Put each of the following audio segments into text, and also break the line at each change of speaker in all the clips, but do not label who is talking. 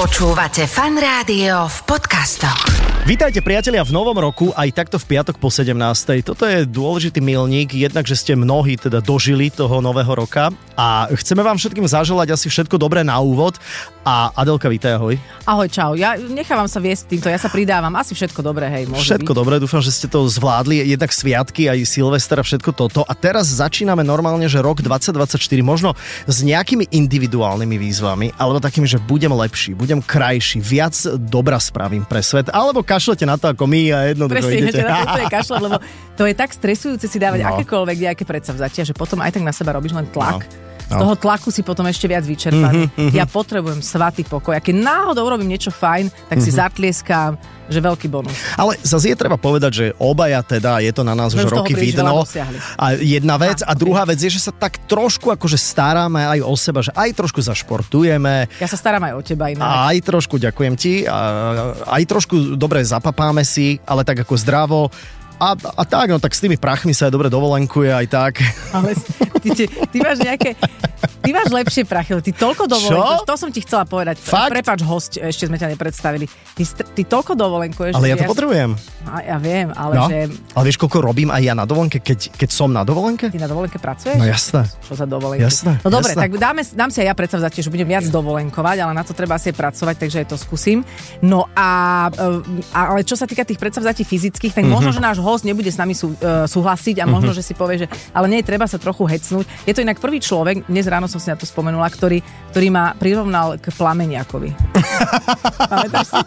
Počúvate fan rádio v podcastoch.
Vítajte priatelia v novom roku, aj takto v piatok po 17. Toto je dôležitý milník, jednak, že ste mnohí teda dožili toho nového roka a chceme vám všetkým zaželať asi všetko dobré na úvod a Adelka, vítaj, ahoj.
Ahoj, čau. Ja nechávam sa viesť týmto, ja sa pridávam. Asi všetko dobré, hej, môže
Všetko
byť.
dobré, dúfam, že ste to zvládli, jednak sviatky, aj Silvester a všetko toto. A teraz začíname normálne, že rok 2024, možno s nejakými individuálnymi výzvami, alebo takými, že budem lepší, budem krajší, viac dobra spravím pre svet, alebo kašlete na to ako my a jedno druhé
Presne, teda
idete.
ja na to je kašľať, lebo to je tak stresujúce si
No.
dávať no. akékoľvek nejaké predsavzatia, že potom aj tak na seba robíš len
No.
tlak. No.
No. Mhm,
Z toho tlaku si potom ešte viac vyčerpaný. Mm-hmm, Ja potrebujem svatý pokoj. A keď náhodou robím niečo fajn, tak
Mhm.
mm-hmm. si zatlieskám, že veľký bonus.
Ale zase je treba povedať, že obaja teda, je to na nás
Sme
už
už toho
roky
príliš
vidno.
veľa dosiahli.
A jedna vec. A
Áno,
druhá vec je, že sa tak trošku akože staráme aj o seba, že aj trošku zašportujeme,
Ja sa starám aj o teba inak.
a aj trošku, ďakujem ti, a aj trošku dobre zapapáme si, ale tak ako zdravo. A, a tak, no tak s tými prachmi sa aj dobre dovolenkuje, aj tak.
Ale s- ty, ty, ty máš nejaké... Ty máš lepšie prachy, ty toľko dovolenkuješ, to som ti chcela povedať.
Fakt?
Prepač, host, ešte sme ťa nepredstavili. Ty, str- ty toľko dovolenkuješ.
Ale ja
že
to potrebujem.
A ja viem, ale
No.
no. že
Ale vieš, koľko robím aj ja na dovolenke, keď, keď som na dovolenke?
ty na dovolenke pracuješ?
No jasné.
Čo za dovolenky?
Jasné,
no dobre,
jasné.
tak dáme, dám si aj ja predsa vzatie, že budem viac dovolenkovať, ale na to treba asi aj pracovať, takže aj to skúsim. No a, e, a ale čo sa týka tých predsavzatí fyzických, tak
Mhm.
možno, že náš host nebude s nami sú, e, súhlasiť a možno, že si povie, že ale nie, treba sa trochu hecnúť. Je to inak prvý človek, dnes ráno som si na to spomenula, ktorý, ktorý ma prirovnal k plameniakovi. Pamätáš si,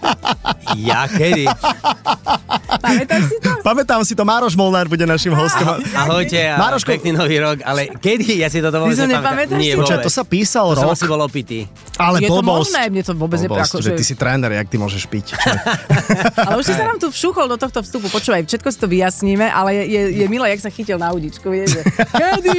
Ja kedy?
pamätáš si to?
Pamätám si to, Mároš Molnár bude našim hostom.
Ahojte a
Maroško-
pekný nový rok, ale kedy? Ja si toto vôbec
Ty sa
nepamätám.
nepamätáš si?
Nie,
Počkaj,
Čo,
vôbec.
to sa vlastne písal
To som
rok,
asi bol opitý.
ale
Je to
blbosť.
možné, mne to vôbec nepre-
Blbosť,
akože-
že ty si tréner, jak ty môžeš piť. Čo?
Ale už si sa nám tu všuchol do tohto vstupu. Počúvaj, všetko si to vyjasníme, ale je, je, je milé, jak sa chytil na udičku. Vieš, že kedy?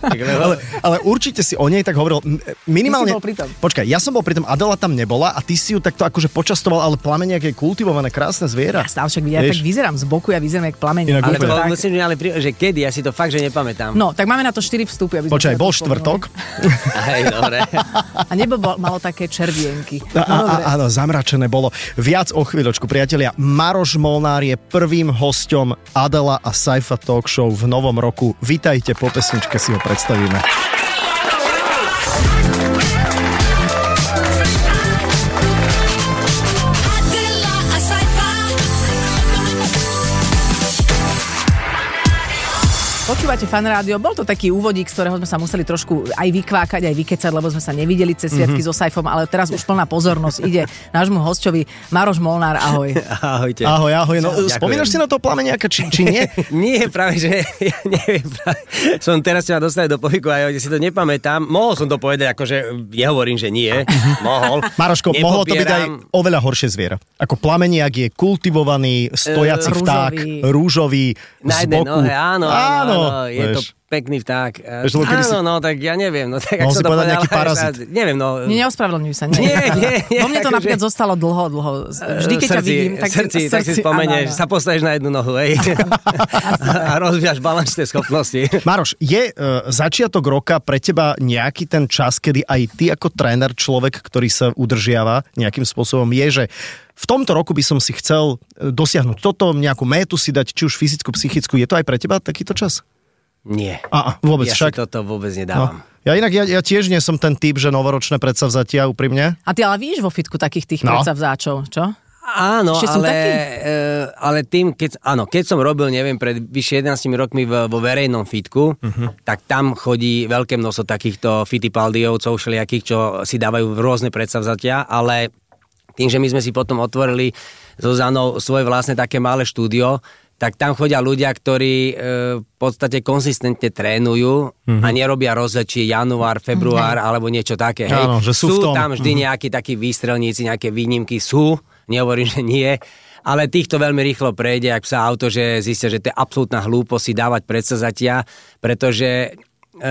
Tak,
ale, ale určite si o nej tak hovoril. M- Minimálne...
Ty si bol pri tom.
Počkaj, ja som bol pri tom, Adela tam nebola a ty si ju takto akože počastoval, ale plameniak je kultivované, krásne zviera.
Ja stále však ja
Vieš?
tak vyzerám z boku, ja vyzerám jak plameň.
Inak
ale
úplne.
to
tak,
musím, že, ale pri, že kedy? Ja si to fakt, že nepamätám.
No, tak máme na to 4 vstupy. Aby sme
Počkaj,
sa na to
bol
spomenuli.
štvrtok
Hej, dobre.
A nebo bol, malo také červienky.
a, a,
No,
a
dobre.
áno, zamračené bolo. Viac o chvíľočku, priatelia. Maroš Molnár je prvým hosťom Adela a Saifa Talk Show v novom roku. Vítajte, po pesničke si ho predstavíme.
Adela a Saifa.
No, Počúvate fan rádio, bol to taký úvodík, z ktorého sme sa museli trošku aj vykvákať, aj vykecať, lebo sme sa nevideli cez
Mhm.
sviatky so Saifom, ale teraz už plná pozornosť ide nášmu hostovi Maroš Molnár, ahoj.
Ahojte.
Ahoj, ahoj. No,
Ďakujem.
spomínaš si na to plameniaka, či, či nie?
Nie, práve, že ja neviem, práve, som teraz ťa dostal do povyku a ja si to nepamätám. Mohol som to povedať, akože nehovorím, že nie. Mohol.
Maroško, mohlo to byť aj
Nepopieram.
oveľa horšie zviera. Ako plameniak je kultivovaný, stojaci
E,
vták,
rúžový.
rúžový,
Na
z
jednej
boku.
nohe, áno, áno, áno, je
vieš.
to pekný vták.
Vieš, lebo kedy
áno,
si-
no, tak ja neviem, no tak
Mohol
ak
si
som to
povedať
povedal,
nejaký
ale
parazit.
sa- neviem, no.
Nie, neospravedlňuj sa. Nie,
Nie, nie, nie,
Vo mne to
akože-
napríklad zostalo dlho, dlho. Vždy, keď
srdci,
ťa vidím, tak,
srdci,
si,
tak si spomenieš,
áno, áno.
sa postavíš na jednu nohu, hej. a rozvíjaš balančné schopnosti.
Maroš, je e, začiatok roka pre teba nejaký ten čas, kedy aj ty ako tréner, človek, ktorý sa udržiava nejakým spôsobom, je, že v tomto roku by som si chcel e, dosiahnuť toto, nejakú métu si dať, či už fyzickú, psychickú. Je to aj pre teba takýto čas?
Nie.
A, a vôbec
ja
však.
si toto vôbec
no.
nedávam.
Ja inak, ja, ja tiež nie som ten typ, že novoročné predsavzatia úprimne.
A ty ale vidíš vo fitku takých tých
No.
no. predsavzáčov, čo?
Áno,
Ešte sú
ale,
takí?
e, ale tým, keď, áno, keď som robil, neviem, pred vyše 11 rokmi v, vo verejnom fitku,
Mhm.
tak tam chodí veľké množstvo takýchto fitipaldiovcov, všelijakých, čo si dávajú rôzne predsavzatia, ale tým, že my sme si potom otvorili so Zanou svoje vlastné také malé štúdio, tak tam chodia ľudia, ktorí e, v podstate konzistentne trénujú
Mhm.
a nerobia rozlečie január,
Mhm.
február alebo niečo také. Hej.
Áno, že sú v
sú
tom.
tam vždy nejakí takí výstrelníci, nejaké výnimky sú, nehovorím, že nie, ale týchto veľmi rýchlo prejde, ak sa auto, že zistia, že to je absolútna hlúposť si dávať predsazatia, pretože e,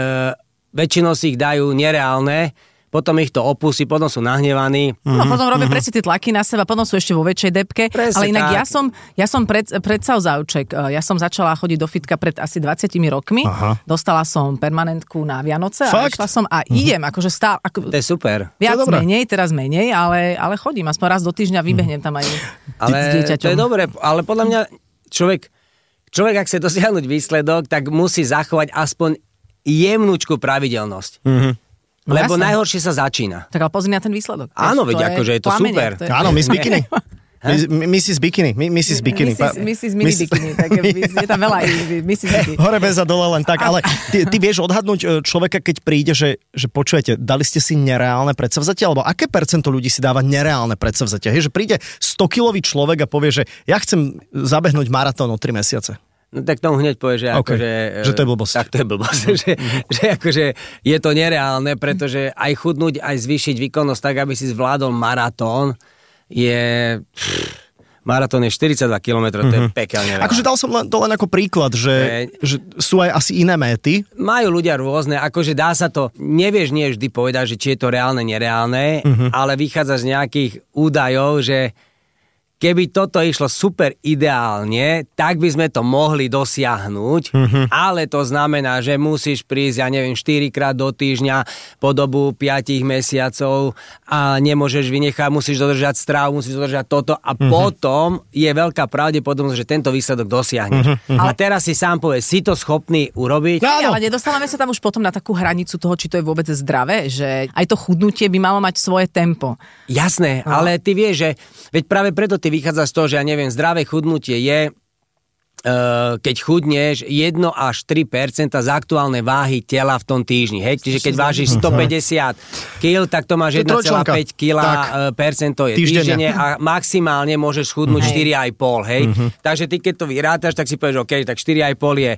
väčšinou si ich dajú nereálne, potom ich to opustí, potom sú nahnevaní.
No,
Mhm,
potom robia presne tie tlaky na seba, potom sú ešte vo väčšej depke.
Presne
ale inak
tak.
ja som, ja som pred, predsa zauček. Eh, Ja som začala chodiť do fitka pred asi 20 rokmi.
Aha.
Dostala som permanentku na Vianoce
Fakt?
a išla som a idem, akože stále, ako,
To je super.
To
viac
je dobré.
menej, teraz menej, ale, ale chodím, aspoň raz do týždňa vybehnem tam aj
Ale
s dieťaťom.
to je dobré, ale podľa mňa človek, človek ak chce dosiahnuť výsledok, tak musí zachovať aspoň jemnúčku pravidelnosť. Mm-hmm.
No
Lebo
jasné.
najhoršie sa začína.
Tak ale pozri na ten výsledok.
Áno, veď akože je to
plamenie,
super.
to je-
Áno, Miss Bikini. Miss, Mrs. Bikini. Mi- Mrs. Bikini.
Mrs.
pa-
Mrs. Mini
Miss-
Bikini, tak je, je tam veľa i- Mrs. Bikini.
Hore bez a dole len tak, ale ty, ty vieš odhadnúť e, človeka, keď príde, že, že počujete, dali ste si nereálne predsavzatie, alebo aké percento ľudí si dáva nereálne predsavzatie? Hej, že príde 100-kilový človek a povie, že ja chcem zabehnúť maratón o 3 mesiace.
No tak tomu hneď povie, že,
OK.
akože, e,
Že to je blbosť. Mhm.
Tak to je blbosť. že, že akože je to nereálne, pretože aj chudnúť, aj zvýšiť výkonnosť tak, aby si zvládol maratón, je... Pff, maratón je 42 km, to je pekelne veľa.
Akože dal som len, to len ako príklad, že,
Hej.
že sú aj asi iné méty.
majú ľudia rôzne, akože dá sa to, nevieš nie vždy povedať, že či je to reálne, nereálne, uh-huh. ale vychádza z nejakých údajov, že keby toto išlo super ideálne, tak by sme to mohli dosiahnuť, uh-huh. ale to znamená, že musíš prísť, ja neviem, 4 krát do týždňa po dobu 5 mesiacov a nemôžeš vynechať, musíš dodržať strávu, musíš dodržať toto a uh-huh. potom je veľká pravdepodobnosť, že tento výsledok dosiahneš. Uh-huh. A teraz si sám povieš, si to schopný urobiť?
Hej,
Áno.
ale nedostávame sa tam už potom na takú hranicu toho, či to je vôbec zdravé, že aj to chudnutie by malo mať svoje tempo.
Jasné, no. ale ty vieš, že veď práve preto ty vychádza z toho, že ja neviem, zdravé chudnutie je, e, keď chudneš 1 až 3 z aktuálnej váhy tela v tom týždni. Hej? Čiže keď vážiš 150 kg, tak to máš
Mhm. To je trojčlenka.
1,5 kg
Tak.
eh, percento je
Týždenne.
týždenne a maximálne môžeš chudnúť 4,5. Hej? Takže ty keď to vyrátaš, tak si povieš, OK, tak 4,5 je e,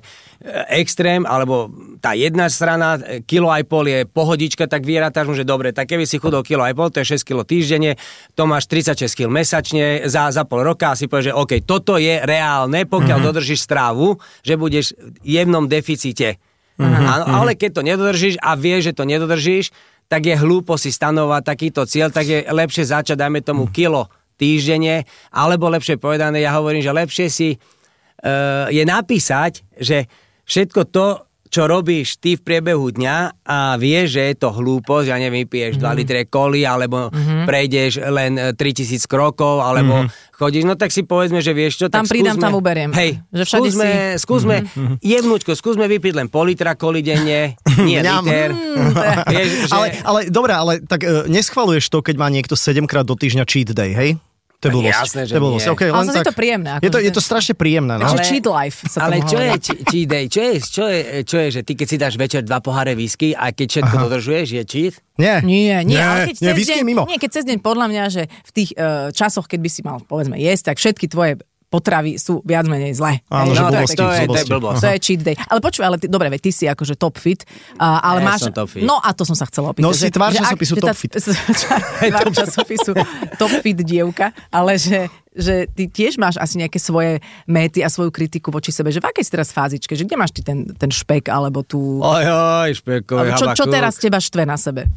extrém, alebo tá jedna strana, e, kilo aj pol je pohodička, tak vyrátaš mu, že dobre, tak keby si chudol kilo aj pol, to je 6 kilo týždenne, to máš 36 kg mesačne za, za pol roka a si povieš, že OK, toto je reálne, pokiaľ dodržíš strávu, že budeš v jemnom deficite. Áno, ale keď to nedodržíš a vieš, že to nedodržíš, tak je hlúpo si stanovať takýto cieľ, tak je lepšie začať, dajme tomu, kilo týždenne, alebo lepšie povedané, ja hovorím, že lepšie si uh, je napísať, že všetko to, čo robíš ty v priebehu dňa a vieš, že je to hlúposť, ja neviem, piješ
Mhm.
2 litre koly, alebo prejdeš len e, 3000 krokov, alebo chodíš, no tak si povedzme, že vieš čo,
Mhm. Tam
tak
pridám,
skúsme,
tam uberiem.
Hej,
Že všade Mhm.
skúsme, skúsme jemnúčko, skúsme vypiť len pol litra koly denne, nie
Mňam.
liter. vieš, že,
Ale, ale dobre, ale tak e, neschvaluješ to, keď má niekto 7 krát do týždňa cheat day, hej? To je
Tak
blbosť.
jasné, že
to je blbosť.
nie.
Okay,
Ale
len
zase je
tak.
to príjemné,
Je to,
akože.
je to strašne príjemné. No.
Takže cheat life sa to
ale
mohlo
čo je
volať.
che- cheat day? Čo je, čo je, čo je, že ty keď si dáš večer dva poháre whisky a keď všetko dodržuješ, je cheat?
Nie,
Nie, nie, ale
nie,
keď, cez
whisky
deň,
je mimo.
nie, keď cez deň podľa mňa, že v tých uh, časoch, keď by si mal, povedzme, jesť, tak všetky tvoje potravy sú viac menej zlé.
Áno,
Hej, no,
že
to je
blbosti,
také-
No, to je, to je
blbosti.
blbosť. no.
To je cheat day. Ale počuj, ale ty, dobre, veď ty si akože top fit, a, ale
Ja
máš...
som top fit.
No a to som sa chcela opýtať.
No si tvár
ak-
časopisu
že tá-
top fit.
tvár časopisu top fit dievka, ale že že ty tiež máš asi nejaké svoje méty a svoju kritiku voči sebe, že v akej si teraz fázičke, že kde máš ty ten, ten špek alebo tú...
Oj, oj, špekový
Alebo čo, čo
habakuk.
teraz teba štve na sebe?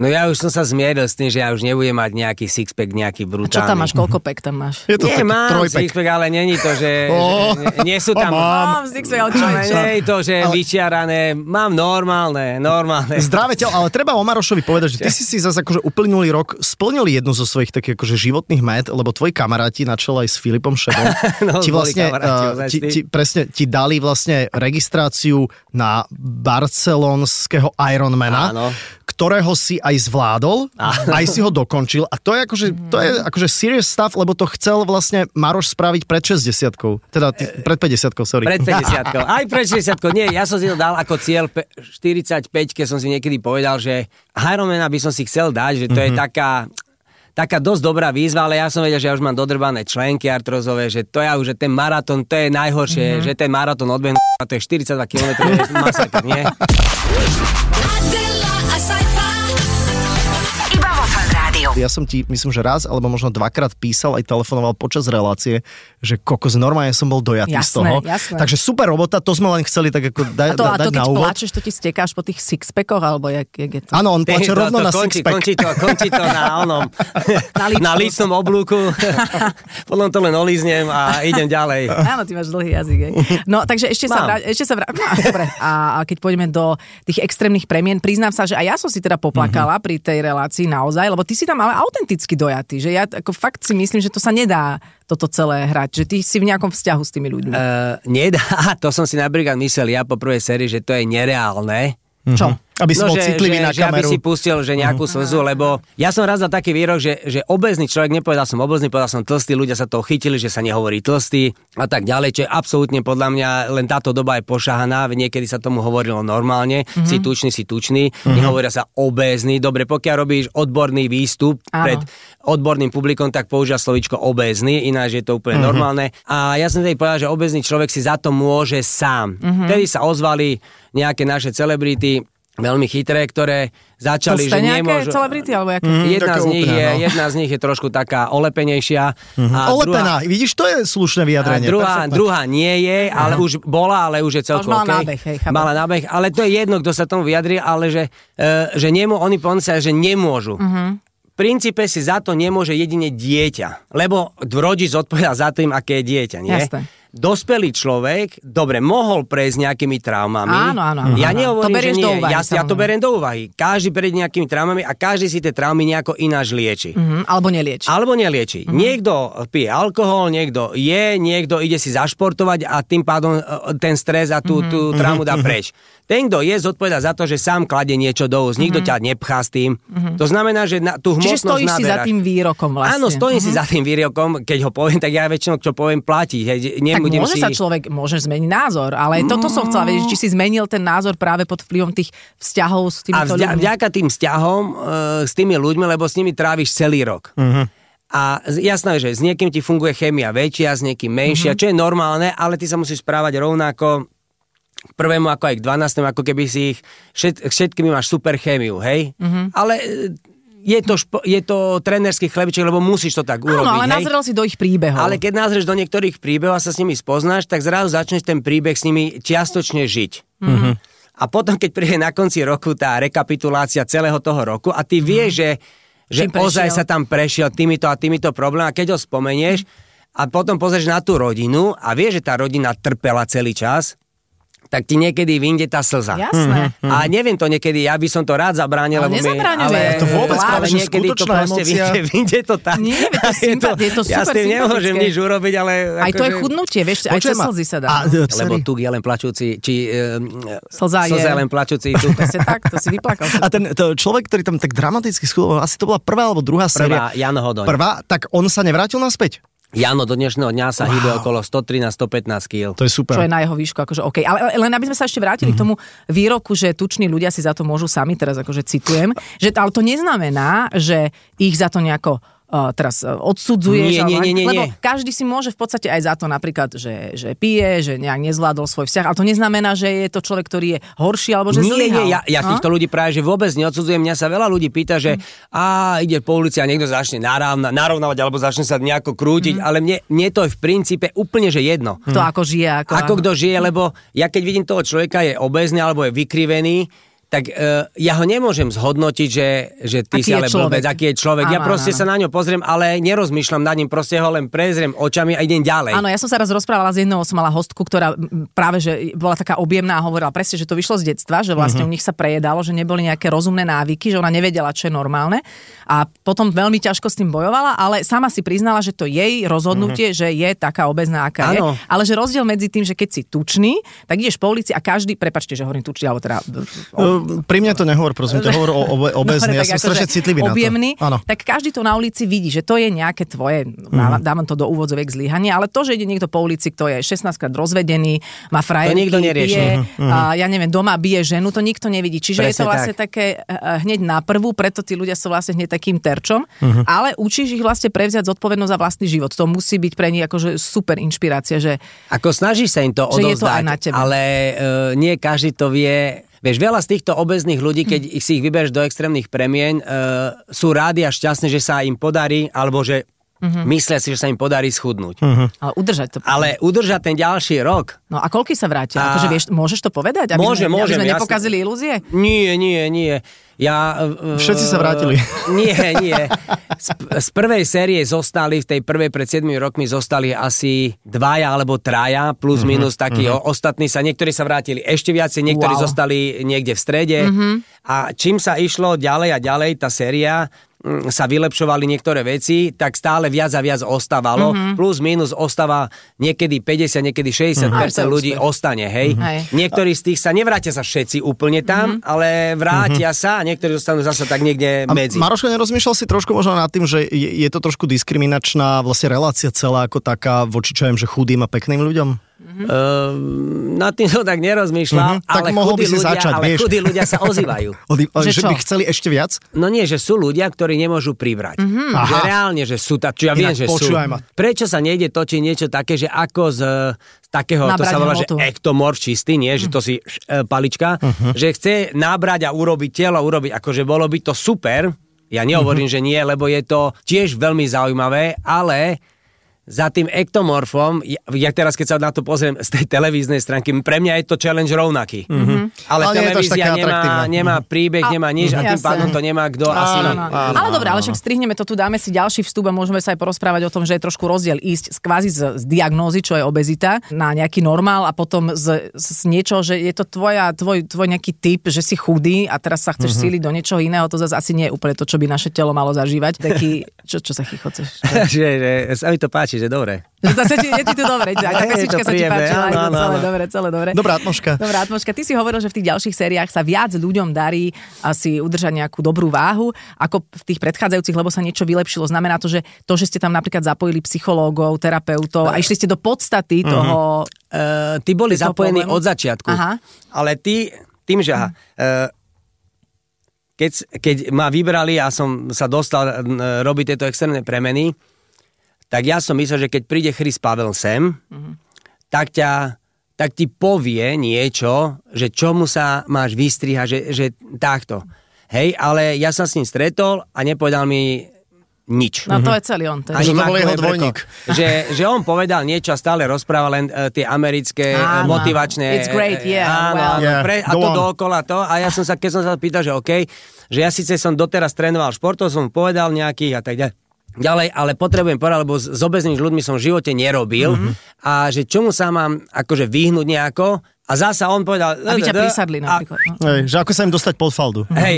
No ja už som sa zmieril s tým, že ja už nebudem mať nejaký sixpack, nejaký
A
brutálny.
čo tam máš, koľko pek tam máš?
Je to
Nie,
taký
mám
trojpek.
sixpack, ale není to, že,
Ó,
že nie sú
ó,
tam...
mám.
Mám z X-ray, ale čo
Ale
máš?
nie je to, že
Ale-
ale... vyčiarané, mám normálne, normálne.
Zdravé telo, ale treba o Marošovi povedať, že ty si si zase akože uplynulý rok splnil jednu zo svojich takých akože životných met, lebo tvoji kamaráti na čele aj s Filipom Šebom
No,
ti
boli
vlastne,
kamaráti,
eh,
ozaj
ti,
si.
ti, presne, ti dali vlastne registráciu na barcelonského Ironmana,
Áno.
ktorého si aj zvládol, aj si ho dokončil a to je akože, to je
Mhm.
akože serious stuff, lebo to chcel vlastne Maroš spraviť pred 60 teda ty, pred 50 sorry.
Eh, Pred 50 Aj pred 60 Nie, ja som si to dal ako cieľ pe- 45 keď som si niekedy povedal, že Ironmana by som si chcel dať, že to je taká taká dosť dobrá výzva, ale ja som vedel, že ja už mám dodrbané členky artrozové, že to ja už, že ten maratón, to je najhoršie, že ten maratón odbehnú, a to je 42 km, je masaker, nie?
Adela, a sci-fi.
Iba vo Fan Rádiu.
Ja som ti, myslím, že raz alebo možno dvakrát písal aj telefonoval počas relácie, že kokos, normálne som bol dojatý z
Jasné,
toho.
jasné.
Takže super robota, to sme len chceli tak ako da,
A to,
da,
a to
dať
keď
na úvod.
pláčeš, to ti stekáš po tých sixpackoch, alebo jak, jak je to?
Áno, on plače rovno na
končí,
sixpack.
končí, to, končí to na onom,
Na
na,
lícku.
na lícnom oblúku. Potom to len olíznem a idem ďalej.
Áno, ty máš dlhý jazyk. Aj. No, takže ešte sa,
Mám.
vrá, ešte sa vrá... Má, dobre. A, a keď pôjdeme do tých extrémnych premien, priznám sa, že aj ja som si teda poplakala
Mhm.
mm-hmm. pri tej relácii naozaj, lebo ty si tam ale autenticky dojatý, že ja ako fakt si myslím, že to sa nedá toto celé hrať, že ty si v nejakom vzťahu s tými ľuďmi. Uh,
Uh, nedá, to som si napríklad myslel ja po prvej sérii, že to je nereálne.
Čo?
Mhm. Aby si bol citlivý
No, že,
na
že aby
kameru. Mhm.
si pustil že nejakú slzu, lebo ja som raz dal taký výrok, že, že obezný človek, nepovedal som obezný, povedal som tlstý, ľudia sa toho chytili, že sa nehovorí tlstý a tak ďalej, čo je absolútne podľa mňa len táto doba je pošahaná, niekedy sa tomu hovorilo normálne, si
Mhm.
tučný, si tučný, nehovoria sa obézny, dobre, pokiaľ robíš odborný výstup
Áno.
pred odborným publikom, tak použia slovičko obézny, ináč je
Mhm.
to úplne normálne. A ja som tedy povedal, že obézny človek si za to môže sám.
Mhm.
Vtedy sa ozvali nejaké naše celebrity, veľmi chytré, ktoré začali,
Tlsté
že
nejaké
nemôžu... Mhm.
celebrity, alebo aké?
jedna,
taká
z nich
úplná,
je,
no.
jedna z nich je trošku taká olepenejšia. A
Olepená, vidíš, to je slušné
a
vyjadrenie.
druhá,
Perfektné.
druhá nie je, ale už bola, ale už je celkom
mala
okej.
nábeh, hej, chápem.
Mala nábeh, ale to je jedno, kto sa tomu vyjadri, ale že, e, že nemô, oni povedia, že nemôžu.
Mhm.
V princípe si za to nemôže jedine dieťa, lebo rodič zodpovedá za tým, aké je dieťa, nie?
Jasné.
Dospelý človek, dobre, mohol prejsť nejakými traumami.
Áno, áno, áno,
Ja
áno.
nehovorím,
To berieš
že nie.
do úvahy,
ja, ja to
samozrejme.
beriem do úvahy. Každý prejde nejakými traumami a každý si tie traumy nejako ináč lieči.
Mhm, alebo nelieč.
Alebo nelieči.
Mhm.
Mm-hmm. Niekto pije alkohol, niekto je, niekto ide si zašportovať a tým pádom e, ten stres a tú, mm-hmm. tú
Mhm.
traumu dá preč. Ten, kto je, zodpovedá za to, že sám kladie niečo do úst. Nikto mm-hmm. ťa nepchá s tým. Mm-hmm. To znamená, že na, tú hmotnosť
Mhm. Čiže stojíš si za
naberáš.
tým výrokom vlastne.
Áno, stojím mm-hmm. si za tým výrokom. Keď ho poviem, tak ja väčšinou, čo poviem, platí.
Tak
Hej, nebudem
môže
si... Mm.
sa človek, môže zmeniť názor, ale toto som chcela vedieť, či si zmenil ten názor práve pod vplyvom tých vzťahov s
A
týmito
vzďa-
ľuďmi.
vďaka tým vzťahom e, s tými ľuďmi, lebo s nimi tráviš celý rok. Uh-huh. A z- jasné, že s niekým ti funguje chémia väčšia, s niekým
Mhm.
menšia, uh-huh. čo je normálne, ale ty sa musíš správať rovnako k prvému ako aj k 12. ako keby si ich všet, všetkými máš super chémiu, hej?
Mhm.
Uh-huh. Ale e, je to, špo, je to trenerský chlebiček, lebo musíš to tak urobiť,
Áno, ale
hej?
nazrel si do ich príbehov.
Ale keď názrieš do niektorých príbehov a sa s nimi spoznáš, tak zrazu začneš ten príbeh s nimi čiastočne žiť.
Mhm.
Mm-hmm. A potom, keď príde na konci roku tá rekapitulácia celého toho roku a ty vieš, mm-hmm. že, že
Mhm. Čím prešiel.
ozaj sa tam prešiel týmito a týmito problémami a keď ho spomenieš a potom pozrieš na tú rodinu a vieš, že tá rodina trpela celý čas, tak ti niekedy vyjde tá slza. Mhm.
Jasné.
A neviem to niekedy, ja by som to rád zabránil,
Ale
lebo mi,
nezabraňujeme.
ale,
To vôbec,
ale
práve,
že
niekedy to
skutočná
proste
emócia-
vyjde, vyjde to tak.
Nie, veď to
Je
sympa- je to
ja s
super
tým nemôžem
sympatické.
nič urobiť, ale...
Aj to je
akože-
chudnutie, vieš, aj
Počujem
cez
ma.
slzy sa dá.
A,
no.
e,
Lebo
sorry.
tu je len plačúci, či... Um,
Slza je-
len plačúci. Tu.
Presne tak, to si vyplakal.
A ten to človek, ktorý tam tak dramaticky schudoval, asi to bola prvá alebo druhá séria.
Prvá, Jano Hodoň.
Prvá, tak on sa nevrátil naspäť?
Jano do dnešného dňa sa wow. hýbe okolo 113-115 kg.
To je super.
Čo je na jeho výšku, akože OK. Ale len aby sme sa ešte vrátili
Mhm.
mm-hmm. k tomu výroku, že tuční ľudia si za to môžu sami, teraz akože citujem, že, ale to neznamená, že ich za to nejako Uh, teraz uh, odsudzuješ.
Nie, nie,
alebo-
nie, nie,
lebo
nie.
každý si môže v podstate aj za to napríklad, že, že pije, že nejak nezvládol svoj vzťah, ale to neznamená, že je to človek, ktorý je horší alebo že
nie,
zlyhal.
nie, ja, ja
No? Hm.
týchto ľudí práve že vôbec neodsudzujem. Mňa sa veľa ľudí pýta, že a ide po ulici a niekto začne narovna, narovnávať alebo začne sa nejako krútiť, ale mne, mne to je v princípe úplne že jedno.
Hm. To ako žije. Ako,
Ako kto žije, lebo ja keď vidím toho človeka, je obezný alebo je vykrivený, tak e, ja ho nemôžem zhodnotiť, že, že ty
Aký
si
je
ale
človek.
blbec, aký je človek. ja
Áno,
proste
áno,
sa na ňo pozriem, ale nerozmýšľam nad ním, proste ho len prezriem očami a idem ďalej.
Áno, ja som sa raz rozprávala s jednou, som mala hostku, ktorá mm, práve že bola taká objemná a hovorila presne, že to vyšlo z detstva, že vlastne u nich sa prejedalo, že neboli nejaké rozumné návyky, že ona nevedela, čo je normálne. A potom veľmi ťažko s tým bojovala, ale sama si priznala, že to jej rozhodnutie, že je taká obezná, aká
Áno.
je. Ale že rozdiel medzi tým, že keď si tučný, tak ideš po ulici a každý, prepačte, že hovorím tučný, alebo teda...
E, Pri mne to nehovor, prosím ťa, hovor o obe, obezne, ja som
tak akože
strašne citlivý
objemný,
na to. Áno. Mhm.
tak každý to na ulici vidí, že to je nejaké tvoje, mm. dávam to do úvodzovek zlyhanie, ale to, že ide niekto po ulici, kto je 16-krát rozvedený, má frajerky,
nikto nerieši.
Bije,
Mhm,
a ja neviem, doma bije ženu, to nikto nevidí. Čiže je to
Presne
vlastne
tak.
také eh, hneď na prvú, preto tí ľudia sú vlastne hneď takým terčom,
Mhm.
ale učíš ich vlastne prevziať zodpovednosť za vlastný život. To musí byť pre nich akože super inšpirácia, že
Ako snažíš sa im
Že
to
je to
odovzdať,
aj na tebe.
ale e, nie každý to vie Vieš, veľa z týchto obezných ľudí, keď
Hm.
ich si ich vybereš do extrémnych premien, e, sú rádi a šťastní, že sa im podarí, alebo že
Mhm.
myslia si, že sa im podarí schudnúť.
Ale eh, udržať to.
Ale udržať ten ďalší rok,
No a koľky sa vrátia?
A-
Akože vieš, môžeš to povedať? Aby
Môžem,
sme, Aby
môžem,
sme
jasne.
nepokazili ilúzie?
Nie, nie, nie. Ja, e,
Všetci sa vrátili.
Nie, nie. Z, z prvej série zostali, v tej prvej pred 7 rokmi zostali asi dvaja alebo traja,
Mhm,
plus minus takí o- ostatní sa, niektorí sa vrátili ešte viacej, niektorí
Wow. Mhm.
zostali niekde v strede. A čím sa išlo ďalej a ďalej tá séria, mm, sa vylepšovali niektoré veci, tak stále viac a viac ostávalo.
Mhm.
Plus minus ostáva niekedy 50, niekedy 60%
Ale to je
ľudí
úspech.
ostane, hej.
Mhm. Hej.
Niektorí z tých sa nevrátia sa všetci úplne tam, ale vrátia sa a niektorí zostanú zase tak niekde
Mhm. A
medzi.
Maroško, nerozmýšľal si trošku možno nad tým, že je, je to trošku diskriminačná vlastne relácia celá ako taká voči čo ja viem, že chudým a pekným ľuďom?
Ehm, nad tým som tak
Mhm,
nerozmýšľal,
tak
ale,
mohol by
chudí
si
ľudia,
začať,
ale
vieš.
chudí ľudia sa ozývajú.
Oni,
Že
že, že
čo?
by chceli ešte viac?
No nie, že sú ľudia, ktorí nemôžu pribrať. Mm-hmm. Že
Mhm. Aha.
reálne, že sú tak, čo ja viem,
Inak
že
počúvaj
sú.
ma.
Prečo sa nejde točiť niečo také, že ako z, z takého, to
Nabrať
sa volá,
hmotu.
že ektomorf čistý, nie, že
Mhm.
to si š, e, palička, že chce nabrať a urobiť telo, urobiť, akože bolo by to super, ja
Mhm.
nehovorím, že nie, lebo je to tiež veľmi zaujímavé, ale za tým ektomorfom, ja, ja teraz keď sa na to pozriem z tej televíznej stránky, pre mňa je to challenge rovnaký. Mm-hmm.
Mhm.
Ale,
Ale nie je to až Mhm.
televízia
také atraktívne.
nemá, nemá príbeh,
A-
nemá nič a tým
Jasné.
pádom to nemá kto asi...
Áno, áno.
áno,
Ale dobre, ale
áno.
však strihneme to tu, dáme si ďalší vstup a môžeme sa aj porozprávať o tom, že je trošku rozdiel ísť z kvázi z, z diagnózy, čo je obezita, na nejaký normál a potom z, z niečo, že je to tvoja, tvoj, tvoj nejaký typ, že si chudý a teraz sa chceš síliť do niečoho iného, to zase asi nie je úplne to, čo by naše telo malo zažívať. Taký, čo, čo sa chychoceš?
že, že sa mi to páči, že dobre.
Že to sa No ti, je ti to dobre, že aj tá
Je to
pesnička sa ti
príjemné,
páčila,
áno,
je to
áno,
celé
áno.
dobre, celé dobre.
Dobrá atmoška.
Dobrá atmoška. Ty si hovoril, že v tých ďalších sériách sa viac ľuďom darí asi udržať nejakú dobrú váhu, ako v tých predchádzajúcich, lebo sa niečo vylepšilo. Znamená to, že to, že ste tam napríklad zapojili psychológov, terapeutov a išli ste do
Mhm.
podstaty toho...
Uh, ty
Je
boli
to
zapojení
problém?
od začiatku.
Aha. Mhm.
Ale ty, tým, že... aha, Uh, keď, keď ma vybrali a som sa dostal uh, robiť tieto externé premeny, tak ja som myslel, že keď príde Chris Pavel sem,
Mhm.
tak ťa tak ti povie niečo, že čomu sa máš vystrihať, že, že takto. Hej, ale ja sa s ním stretol a nepovedal mi nič.
No to je celý on. To je...
Že to bol
Marko
jeho
Hebreko.
dvojník.
Že, že on povedal niečo a stále rozpráva len e, tie americké e,
Áno.
motivačné... e,
It's great, yeah,
áno,
well.
áno,
Yeah,
pre, a
go
to
on.
dookola to. A ja som sa, keď som sa pýtal, že OK, že ja síce som doteraz trénoval športov, som povedal nejakých a tak ďalej. Ďalej, ale potrebujem povedať, lebo s s obeznými ľuďmi som v živote nerobil
Mhm.
mm-hmm. a že čomu sa mám akože vyhnúť nejako a zasa on povedal...
Aby ťa
"Eh, eh, eh,"
prisadli
a-
napríklad. no.
Hej, že ako sa im dostať pod faldu?
Mhm.
Hej,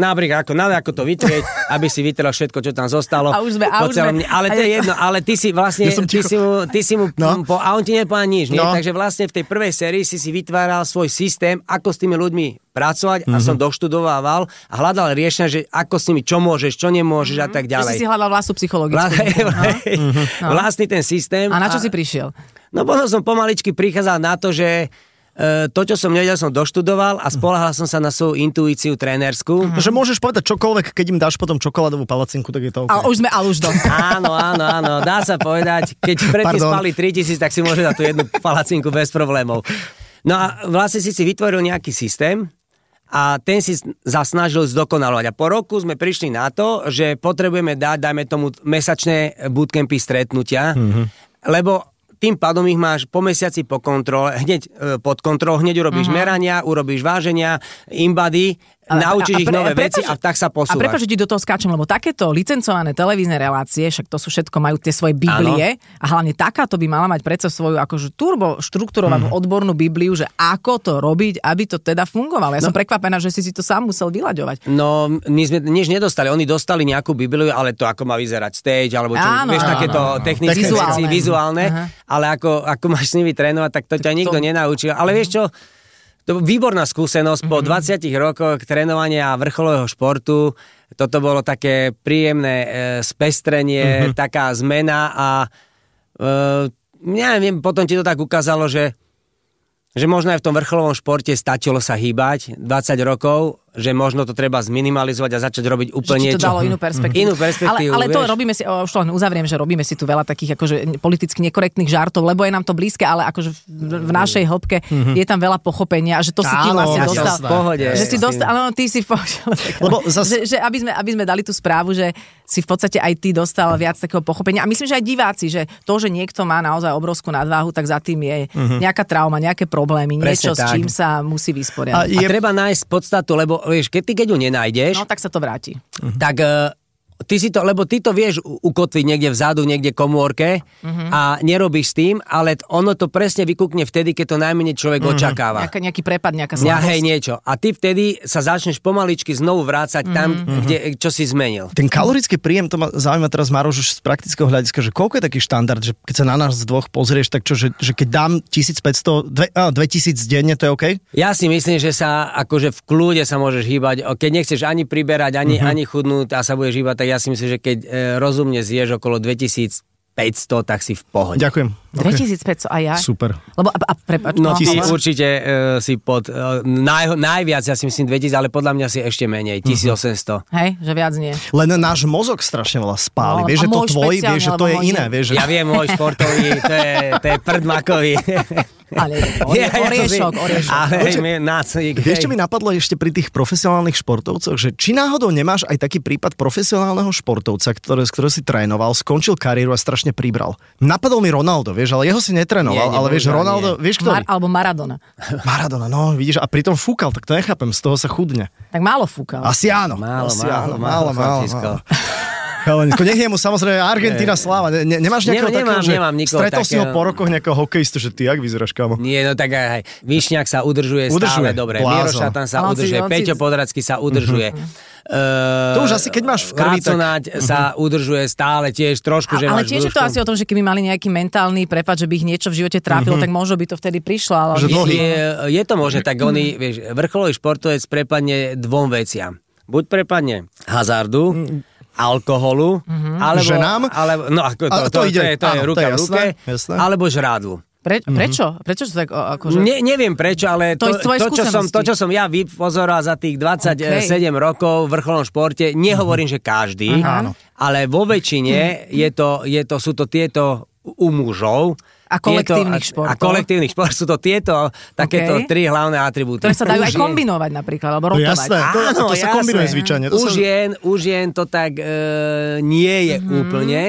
napríklad ako, na, ako to vytrieť, aby si vytrel všetko, čo tam zostalo.
A už sme- a
po
už
celom
sme-
dni. Ale
a
to je
je to-
jedno, ale ty si vlastne,
Ja som ticho.
ty si mu, ty si mu
No.
no. po, a on ti nepovedal nič, nie?
No.
Takže vlastne v tej prvej sérii si si vytváral svoj systém, ako s tými ľuďmi pracovať a
Mhm.
som doštudovával a hľadal riešenia, že ako s nimi, čo môžeš, čo nemôžeš a tak
Že Mhm. si si
ďalej.
hľadal vlastnú psychologickú.
Vlastne,
No.
Mhm.
No.
vlastný ten systém.
A na čo si prišiel?
No potom som pomaličky prichádzal na to, že e, to, čo som nevedel, som doštudoval
Mhm.
a spolahal som sa na svoju intuíciu trénerskú.
Mhm.
Že môžeš povedať čokoľvek, keď im dáš potom čokoládovú palacinku, tak je to OK.
A už sme, ale už dom.
Áno, áno, áno, dá sa povedať. Keď predtým
Pardon.
spali 3000, tak si môže dať tú jednu palacinku bez problémov. No a vlastne si si vytvoril nejaký systém a ten si zasnažil zdokonalovať. A po roku sme prišli na to, že potrebujeme dať, dajme tomu, mesačné bootcampy stretnutia, mm-hmm. lebo tým pádom ich máš po mesiaci po kontrole, hneď e, pod kontrolou, hneď urobíš merania, urobíš váženia, imbady,
Ale-
naučíš ich
pre-
nové
prepáč,
veci a tak sa
A prepáč,
posúvaš.
že ti do toho skáčem, lebo takéto licencované televízne relácie, však to sú všetko, majú tie svoje biblie a hlavne takáto by mala mať predsa svoju akože turbo
Mhm.
štrukturovanú odbornú bibliu, že ako to robiť, aby to teda fungovalo. Ja som prekvapená, že si si to sám musel vyľaďovať.
No, my sme nič nedostali. Oni dostali nejakú Bibliu, ale to, ako má vyzerať stage, alebo čo,
Áno,
vieš,
áno,
takéto
áno, áno.
technické
Vizuálne.
veci, vizuálne,
Aha.
ale ako, ako máš s nimi trénovať, tak to ťa nikto
to-
nenaučil. Ale vieš čo, to bol výborná skúsenosť
Mhm.
po 20 rokoch trénovania vrcholového športu. Toto bolo také príjemné e,
Mhm.
spestrenie, taká zmena a e, neviem, potom ti to tak ukázalo, že že možno aj v tom vrcholovom športe stačilo sa hýbať 20 rokov, že možno to treba zminimalizovať a začať robiť
že
úplne
ti to
niečo. Mhm.
dalo inú perspektívu.
Inú perspektívu,
Ale, ale to
vieš.
robíme si, o, už to len uzavriem, že robíme si tu veľa takých akože politicky nekorektných žartov, lebo je nám to blízke, ale akože v, v našej hĺbke
Mhm.
je tam veľa pochopenia, a že to si
Áno,
tým vlastne
jasné.
dostal.
V pohode.
Že si
Jasne.
dostal, áno, ty si pošiel.
no. Lebo zas-
že, že aby, sme, aby sme dali tú správu, že si v podstate aj ty dostal viac takého pochopenia. A myslím, že aj diváci, že to, že niekto má naozaj obrovskú nadváhu, tak za tým je
Mhm.
nejaká trauma, nejaké problémy, niečo,
Presne
s
tak.
čím sa musí
A
vysporiadať.
A
je,
treba nájsť podstatu, lebo vieš, keď ty keď ju nenájdeš,
No tak sa to vráti.
tak eh, ty si to, lebo ty to vieš u- ukotviť niekde vzadu, niekde komórke
Mhm.
a nerobíš s tým, ale t- ono to presne vykúkne vtedy, keď to najmenej človek očakáva.
Nejaká, nejaký prepad,
No,
nejaká
Ja,
slabosť.
hej, niečo. A ty vtedy sa začneš pomaličky znovu vrácať tam,
Mhm.
kde, čo si zmenil.
ten kalorický príjem, to ma zaujíma teraz Maroš už z praktického hľadiska, že koľko je taký štandard, že keď sa na nás dvoch pozrieš, tak čo, že, že keď dám 1500, dve, á, 2000 denne, to je OK?
Ja si myslím, že sa akože v kľude sa môžeš hýbať. O, Keď nechceš ani priberať, ani, ani chudnúť a sa budeš hýbať, tak ja si myslím, že keď e, rozumne zješ okolo 2500, tak si v pohode.
Ďakujem. OK.
2500 a ja?
Super.
Lebo, a, a prepáč,
No
mám
ty si
Tisíc.
hovor.
určite e, si pod, e, naj, najviac, ja si myslím 2000, ale podľa mňa si ešte menej, 1800.
Hej, že viac nie.
Len náš mozog strašne veľa spáli.
No,
vieš,
a
že to
môj
tvoj,
špeciálny,
vieš, že to
alebo
je
môj
iné.
nie.
Vieš, že...
Ja viem, môj športový, to je, to je prd makový.
Ale orie, oriešok, oriešok.
Ale
Počkaj,
mi, nácik,
Vieš, čo mi
hej.
napadlo ešte pri tých profesionálnych športovcoch, že či náhodou nemáš aj taký prípad profesionálneho športovca, ktoré, z ktorého si trénoval, skončil kariéru a strašne pribral. Napadol mi Ronaldo, vieš, ale jeho si netrénoval,
Nie, nie,
ale vieš,
bohužiaľ
Ronaldo, vieš ktorý?
Mar, alebo Maradona.
Maradona, no, vidíš, a pritom fúkal, tak to nechápem, z toho sa chudne.
Tak málo fúkal.
Asi áno.
Málo,
asi áno,
málo, málo, chlapčisko.
Chalanecko, nech je mu samozrejme Argentína sláva. Ne, ne, nemáš nejakého
Ne- nemám-
takého, že
nemám nikoho
stretol si ho
takého.
po rokoch nejakého hokejistu, že ty jak vyzeráš, kámo?
Nie, no tak aj, aj. Višňák sa
Udržuje,
udržuje, udržuje stále dobre.
blázon.
Miro Šatan sa
Ale on si-
udržuje,
on si-
Peťo Podracky sa udržuje.
Mhm.
Uh,
To už asi, keď máš v krvi, tak- Mhm.
sa udržuje stále tiež trošku, že
ale
máš
tiež je to
brúšku.
asi o tom, že keby mali nejaký mentálny prepad, že by ich niečo v živote trápilo, tak možno by to vtedy prišlo. Ale
Mhm. Že
Je-
dlhý.
Je, je to možné, tak oni, vieš, vrcholový športovec prepadne dvom veciam. Buď prepadne hazardu,
Mhm.
alkoholu, alebo...
Ženám?
Alebo, no, ako to,
A
to, to, ide, to, je, to je
áno, to
ruka
je
v
jasné,
ruke,
jasné.
alebo žrádlu.
Pre,
Mhm.
prečo? Prečo to tak o, akože...
Ne, neviem prečo, ale
To
to,
je z tvojej
to, čo som,
skúsenosti.
to, čo som ja vypozoroval za tých 27
Okej.
rokov v vrcholnom športe, nehovorím, že každý,
Mhm. Aha. Áno.
ale vo väčšine je to, je to, sú to tieto u mužov.
A kolektívnych
tieto, a- A
športov.
kolektívnych športov sú to tieto takéto
Okej.
tri hlavné atribúty.
Ktoré sa dajú
Už
aj
je-
kombinovať napríklad, alebo
No
rotovať.
jasné, to,
Áno,
to sa
jasné.
kombinuje zvyčajne. To
U
sa...
žien, u žien to tak e, nie
Mhm.
je úplne.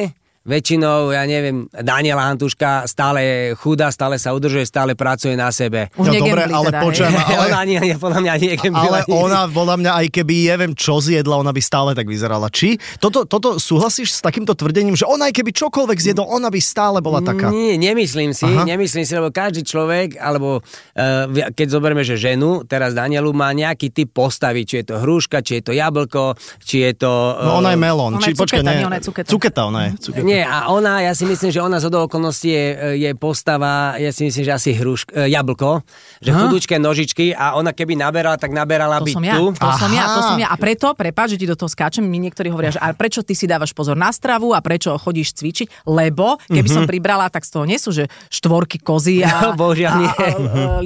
Väčšinou, ja neviem, Daniela Hantuška stále je chudá, stále sa udržuje, stále pracuje na sebe.
Už
No
negembli
dobre, ale
teda,
počujem,
hej.
ale-
Ale, ona ani, ani, podľa mňa ani nekem
Ale ona, podľa mňa, aj keby neviem, čo zjedla, ona by stále tak vyzerala. Či? Toto, toto súhlasíš s takýmto tvrdením, že ona aj keby čokoľvek zjedol, ona by stále bola taká.
Nie, nemyslím si,
Aha.
Aha. nemyslím si, lebo každý človek, alebo uh, keď zoberieme, že ženu, teraz Danielu, má nejaký typ postavy, či je to hruška, či je to jablko, či je to... eh,
No ona je melón.
Ona
Či,
je
počkaj,
cuketa,
nie.
nie, ona je cuketa.
Cuketa, ona je. Cuketa.
Nie, a ona, ja si myslím, že ona zo do okolností je, eh, je postava, ja si myslím, že asi hrušk, e, jablko, že chudučké nožičky a ona keby naberala, tak naberala
To
by
som ja,
tu.
to som ja, to
Aha.
som ja. A preto, prepáč, že ti do toho skáčem, mi niektorí hovoria, že a prečo ty si dávaš pozor na stravu a prečo chodíš cvičiť, lebo keby som pribrala, tak z toho nie sú, že štvorky kozy a,
Mhm. No, bohužiaľ
a,
nie.
a, a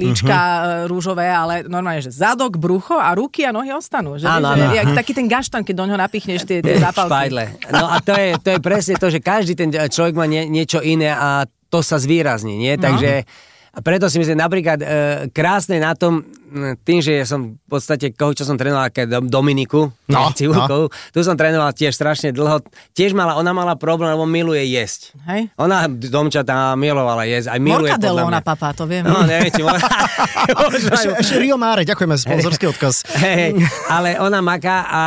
líčka e, rúžové, ale normálne, že zadok, brucho a ruky a nohy ostanú. Že,
Áno,
že,
áno.
jak taký ten gaštan, keď do ňoho napichneš tie, tie zápalky.
Špajdle. No a to je, to je presne to, že každý ten eh, človek má nie, niečo iné a to sa zvýrazní, nie?
No.
Takže a preto si myslím, napríklad e, krásne na tom, m, tým, že ja som v podstate, koho, čo som trénoval, aké Dom- Dominiku,
No,
Civulkovú, tu som trénoval tiež strašne dlho, tiež mala, ona mala problém, lebo miluje jesť.
Hej.
Ona domčatá milovala jesť, aj miluje
Morkadelo
podľa mňa.
ona papá, to viem.
No, neviem, či možno- možno
Ešte,
aj-
ešte Rio Máre, ďakujeme, sponzorský odkaz.
Hej, ale ona maká a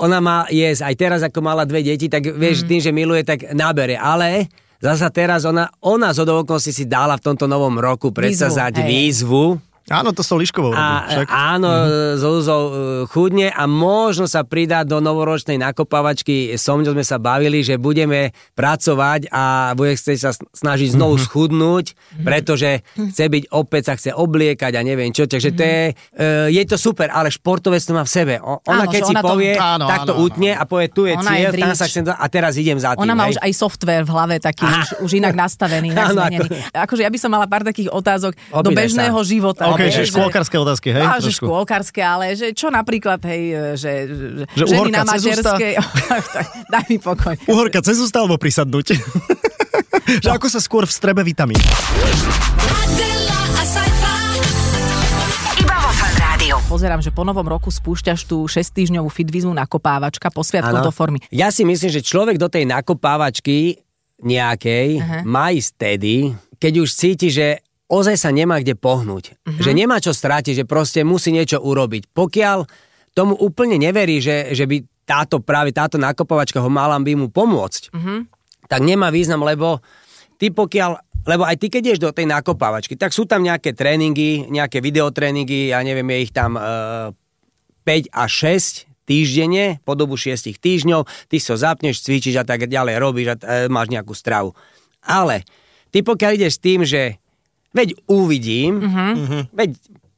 ona má jesť. Aj teraz, ako mala dve deti, tak
Mm.
vieš, tým, že miluje, tak nabere. Ale zasa teraz ona, ona z okolností si dala v tomto novom roku predsazať
hej.
výzvu.
Áno, to so Liškovou robí.
A,
však. Mhm.
áno, mm so Zuzou e, chudne a možno sa pridá do novoročnej nakopávačky. So mňou sme sa bavili, že budeme pracovať a bude chce sa sn- snažiť
Mhm.
znovu schudnúť, pretože chce byť opäť, sa chce obliekať a neviem čo. Takže
Mhm.
to je, e, je to super, ale športovec to má v sebe. O,
Áno,
ona keď
že
si
ona to-
povie,
Áno,
tak to
áno, áno.
utne a povie, tu je
Ona je
cieľ, tam
drič.
sa chcem do... a teraz idem za tým.
Ona má
hej.
už aj software v hlave taký, už, už inak nastavený, inak
Áno,
zmenený. Akože ja by som mala pár takých otázok do
Opýtaj
bežného
sa.
života.
okay, že
vieš,
škôlkarské otázky, hej?
a že
trošku.
škôlkarské, ale že čo napríklad, hej, že,
Že
ženy
uhorka
na
cez ústa?
materskej... Daj mi pokoj.
Uhorka cez ústa alebo prisadnúť? že ako sa skôr vstrebe vitamín.
Adela, a sci-fi.
Iba vo Fan Rádiu.
Pozerám, že po novom roku spúšťaš tú 6-týždňovú fitvizmu nakopávačka po sviatku
Áno.
do formy.
Ja si myslím, že človek do tej nakopávačky nejakej uh-huh. má ísť tedy, keď už cíti, že ozaj sa nemá kde pohnúť. Uh-huh.
Mhm.
Že nemá čo strátiť, že proste musí niečo urobiť. Pokiaľ tomu úplne neverí, že, že by táto práve táto nakopovačka ho mala by mu pomôcť,
Mhm.
uh-huh. tak nemá význam, lebo ty pokiaľ lebo aj ty, keď ideš do tej nakopávačky, tak sú tam nejaké tréningy, nejaké videotréningy, ja neviem, je ich tam e, 5 a 6 týždenne po dobu 6 týždňov, ty sa so zapneš, cvičíš a tak ďalej, robíš a t- e, máš nejakú stravu. Ale ty pokiaľ ideš s tým, že veď uvidím,
Mhm.
veď